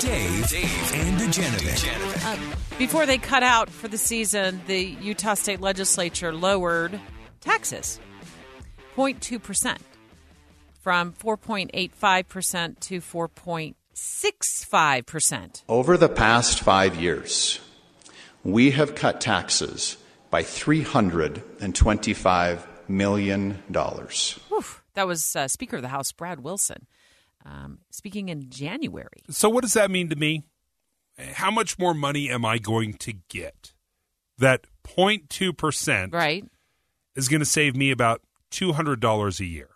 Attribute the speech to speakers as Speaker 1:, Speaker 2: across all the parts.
Speaker 1: Dave, Dave and DeGenevieve.
Speaker 2: Before they cut out for the season, the Utah State Legislature lowered taxes 0.2% from 4.85% to 4.65%.
Speaker 3: Over the past five years, we have cut taxes by $325 million.
Speaker 2: Whew, that was uh, Speaker of the House Brad Wilson um, speaking in January.
Speaker 4: So what does that mean to me? How much more money am I going to get? That 0.2%
Speaker 2: Right?
Speaker 4: is going to save me about $200 a year.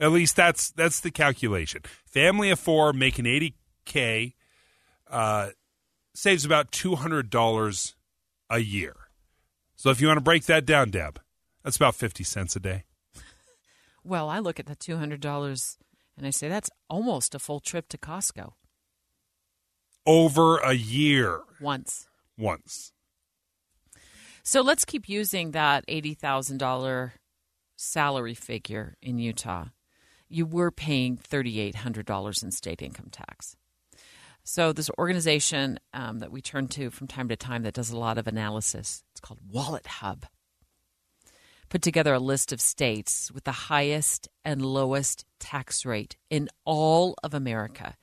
Speaker 4: At least that's that's the calculation. Family of 4 making 80k uh saves about $200 a year. So if you want to break that down, Deb, that's about 50 cents a day.
Speaker 2: Well, I look at the $200 and I say that's almost a full trip to Costco
Speaker 4: over a year
Speaker 2: once.
Speaker 4: once.
Speaker 2: So let's keep using that $80,000 salary figure in Utah. You were paying $3,800 in state income tax. So, this organization um, that we turn to from time to time that does a lot of analysis, it's called Wallet Hub, put together a list of states with the highest and lowest tax rate in all of America.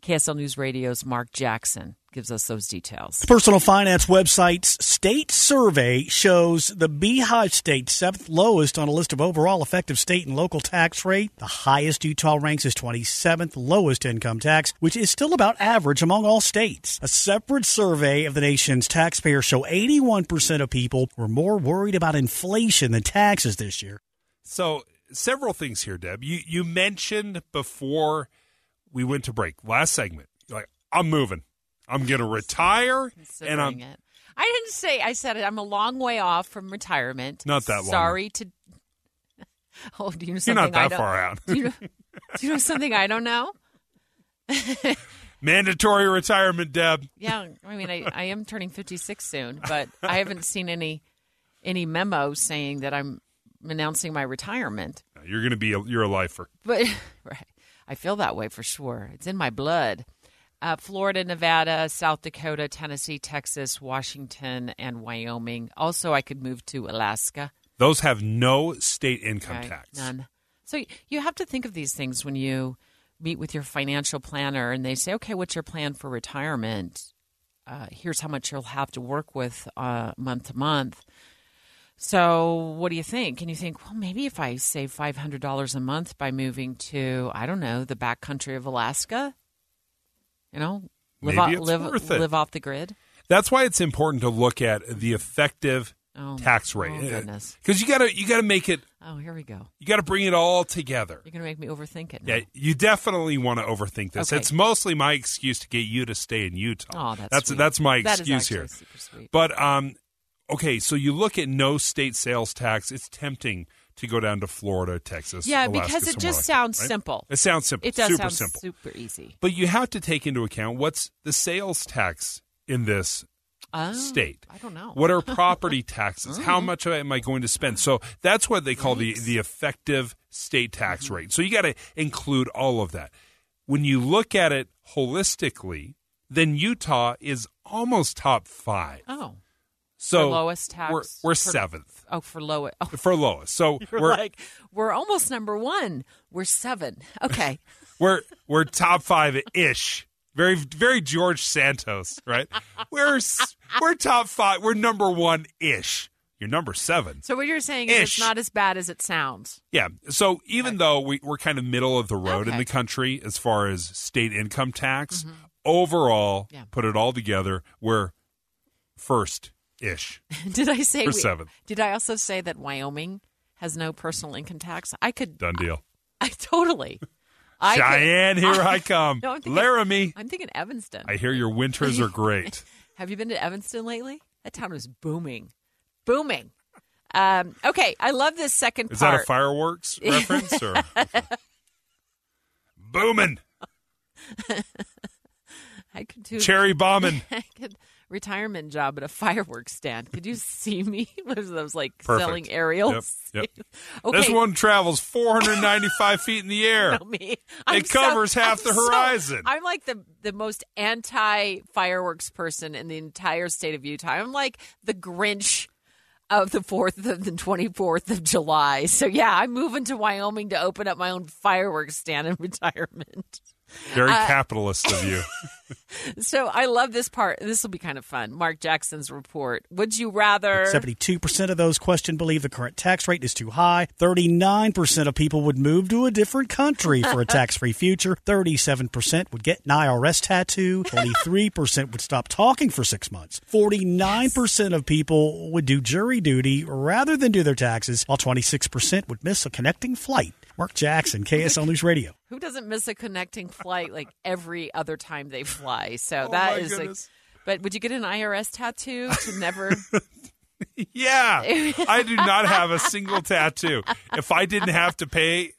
Speaker 2: KSL News Radio's Mark Jackson gives us those details.
Speaker 5: Personal finance website's state survey shows the Beehive State seventh lowest on a list of overall effective state and local tax rate. The highest Utah ranks is 27th lowest income tax, which is still about average among all states. A separate survey of the nation's taxpayers show 81% of people were more worried about inflation than taxes this year.
Speaker 4: So several things here, Deb. You you mentioned before we went to break last segment. You're like I'm moving. I'm going to retire,
Speaker 2: considering
Speaker 4: and I'm
Speaker 2: it. I didn't say I said it. I'm a long way off from retirement.
Speaker 4: Not that long.
Speaker 2: Sorry to. Oh, do you know
Speaker 4: you're
Speaker 2: something
Speaker 4: not
Speaker 2: I
Speaker 4: that
Speaker 2: don't-
Speaker 4: far out.
Speaker 2: Do you, know, do you know something I don't know?
Speaker 4: Mandatory retirement, Deb.
Speaker 2: Yeah, I mean, I, I am turning 56 soon, but I haven't seen any any memo saying that I'm announcing my retirement.
Speaker 4: You're going to be a, you're a lifer.
Speaker 2: But right, I feel that way for sure. It's in my blood. Uh, Florida, Nevada, South Dakota, Tennessee, Texas, Washington, and Wyoming. Also, I could move to Alaska.
Speaker 4: Those have no state income
Speaker 2: Right,
Speaker 4: tax.
Speaker 2: None. So y- you have to think of these things when you meet with your financial planner and they say, okay, what's your plan for retirement? Uh, here's how much you'll have to work with uh, month to month. So what do you think? And you think, well, maybe if I save $500 a month by moving to, I don't know, the back country of Alaska, you know, live,
Speaker 4: Maybe
Speaker 2: off,
Speaker 4: it's
Speaker 2: live,
Speaker 4: worth it.
Speaker 2: live off the grid.
Speaker 4: That's why it's important to look at the effective
Speaker 2: Oh,
Speaker 4: tax
Speaker 2: oh,
Speaker 4: rate.
Speaker 2: goodness.
Speaker 4: Because you gotta you gotta make it
Speaker 2: Oh, here we go.
Speaker 4: you gotta bring it all together.
Speaker 2: You're going to make me overthink it. Now.
Speaker 4: Yeah, you definitely want to overthink this.
Speaker 2: Okay.
Speaker 4: It's mostly my excuse to get you to stay in Utah.
Speaker 2: Oh, that's
Speaker 4: that's
Speaker 2: sweet.
Speaker 4: that's my
Speaker 2: That is
Speaker 4: excuse
Speaker 2: actually
Speaker 4: here.
Speaker 2: super sweet.
Speaker 4: But um, okay, so you look at no state sales tax. It's tempting to go down to Florida, Texas.
Speaker 2: Yeah,
Speaker 4: Alaska,
Speaker 2: because
Speaker 4: somewhere
Speaker 2: it just
Speaker 4: like that,
Speaker 2: sounds
Speaker 4: right?
Speaker 2: simple.
Speaker 4: It sounds simple.
Speaker 2: It does
Speaker 4: super
Speaker 2: sound
Speaker 4: simple.
Speaker 2: super easy.
Speaker 4: but you have to take into account what's the sales tax in this
Speaker 2: Oh,
Speaker 4: state.
Speaker 2: I don't know. Oh.
Speaker 4: What are property taxes? How much am I going to spend? So that's what they call the, the effective state tax
Speaker 2: Mm-hmm.
Speaker 4: rate. So you got to include all of that. When you look at it holistically, then Utah is almost top five.
Speaker 2: Oh,
Speaker 4: So
Speaker 2: For lowest tax
Speaker 4: we're, we're
Speaker 2: per-
Speaker 4: seventh
Speaker 2: oh, for low. Oh,
Speaker 4: for lowest. So
Speaker 2: we're,
Speaker 4: we're
Speaker 2: like we're almost number one. We're seven. Okay,
Speaker 4: we're we're top five ish. Very very George Santos, right? We're s- we're top five. We're number one ish. You're number seven.
Speaker 2: so what you're saying is
Speaker 4: Ish.
Speaker 2: it's not as bad as it sounds.
Speaker 4: Yeah. So even though we, we're kind of middle of the road in
Speaker 2: Okay. Mm-hmm.
Speaker 4: the country as far as state income tax, overall,
Speaker 2: Yeah.
Speaker 4: put it all together, we're first ish.
Speaker 2: did I say
Speaker 4: We're
Speaker 2: we-
Speaker 4: seven.
Speaker 2: Did I also say that Wyoming has no personal income tax? I could.
Speaker 4: Done deal.
Speaker 2: I totally. I could-
Speaker 4: Cheyenne, here I, come.
Speaker 2: No, I'm thinking-
Speaker 4: Laramie,
Speaker 2: I'm thinking Evanston.
Speaker 4: I hear your winters are great.
Speaker 2: Have you been to Evanston lately? That town is booming, booming. Um, okay, I love this second
Speaker 4: Is
Speaker 2: part.
Speaker 4: that a fireworks reference or booming,
Speaker 2: I could do
Speaker 4: cherry bombing?
Speaker 2: I could retirement job at a fireworks stand. Could you see me? Was I was like
Speaker 4: Perfect.
Speaker 2: selling aerials.
Speaker 4: Yep, yep.
Speaker 2: okay,
Speaker 4: This one travels 495 feet in the air.
Speaker 2: no, me. I'm
Speaker 4: It covers
Speaker 2: so-
Speaker 4: half the
Speaker 2: I'm so-
Speaker 4: horizon.
Speaker 2: I'm like the the most anti fireworks person in the entire state of Utah. I'm like the Grinch of the fourth of the twenty fourth of July. So yeah, I'm moving to Wyoming to open up my own fireworks stand in retirement.
Speaker 4: Very
Speaker 2: Uh,
Speaker 4: capitalist of you.
Speaker 2: So I love this part. This will be kind of fun. Mark Jackson's report. Would you rather?
Speaker 5: 72% of those questioned believe the current tax rate is too high. 39% of people would move to a different country for a tax free future. 37% would get an IRS tattoo. 23% would stop talking for six months. 49% of people would do jury duty rather than do their taxes, while 26% would miss a connecting flight. Mark Jackson, KSL News Radio.
Speaker 2: Who doesn't miss a connecting flight like every other time they fly? So
Speaker 4: Oh,
Speaker 2: that
Speaker 4: my
Speaker 2: is like.
Speaker 4: goodness.
Speaker 2: But would you get an IRS tattoo to never?
Speaker 4: Yeah. I do not have a single tattoo. If I didn't have to pay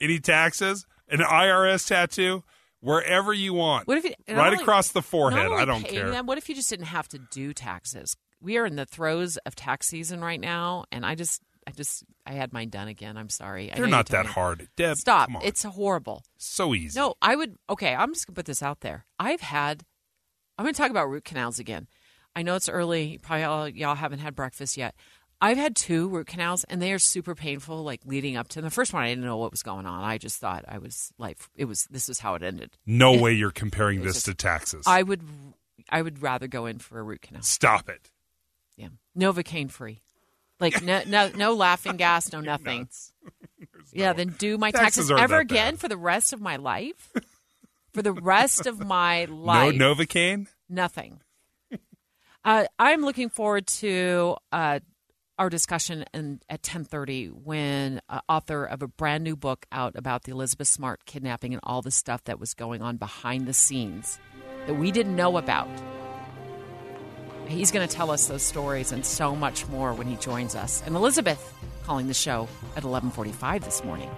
Speaker 4: any taxes, an IRS tattoo, wherever you want.
Speaker 2: What if you, and not
Speaker 4: right
Speaker 2: only-
Speaker 4: across the
Speaker 2: not
Speaker 4: forehead.
Speaker 2: only
Speaker 4: I don't
Speaker 2: paying
Speaker 4: care.
Speaker 2: Them, what if you just didn't have to do taxes? We are in the throes of tax season right now, and I just, I just, I had mine done again. I'm sorry. I know
Speaker 4: They're
Speaker 2: you
Speaker 4: not
Speaker 2: told
Speaker 4: that
Speaker 2: me.
Speaker 4: hard. Deb,
Speaker 2: Stop!
Speaker 4: Come on.
Speaker 2: It's horrible.
Speaker 4: so easy.
Speaker 2: No, I would. Okay, I'm just gonna put this out there. I've had. I'm gonna talk about root canals again. I know it's early. Probably all y'all haven't had breakfast yet. I've had two root canals, and they are super painful. Like leading up to the first one, I didn't know what was going on. I just thought I was like, it was this is how it ended.
Speaker 4: No way you're comparing this to taxes.
Speaker 2: I would, I would rather go in for a root canal.
Speaker 4: Stop it.
Speaker 2: Yeah, novocaine free. Like no, no, no laughing gas, no nothing. yeah, then do my
Speaker 4: Taxes
Speaker 2: taxes,
Speaker 4: aren't
Speaker 2: ever
Speaker 4: that bad.
Speaker 2: again for the rest of my life. For the rest of my life,
Speaker 4: No Novocaine?
Speaker 2: nothing. Uh, I'm looking forward to uh, our discussion in, at 10:30 when uh, author of a brand new book out about the Elizabeth Smart kidnapping and all the stuff that was going on behind the scenes that we didn't know about. He's going to tell us those stories and so much more when he joins us. And Elizabeth calling the show at 11:45 this morning.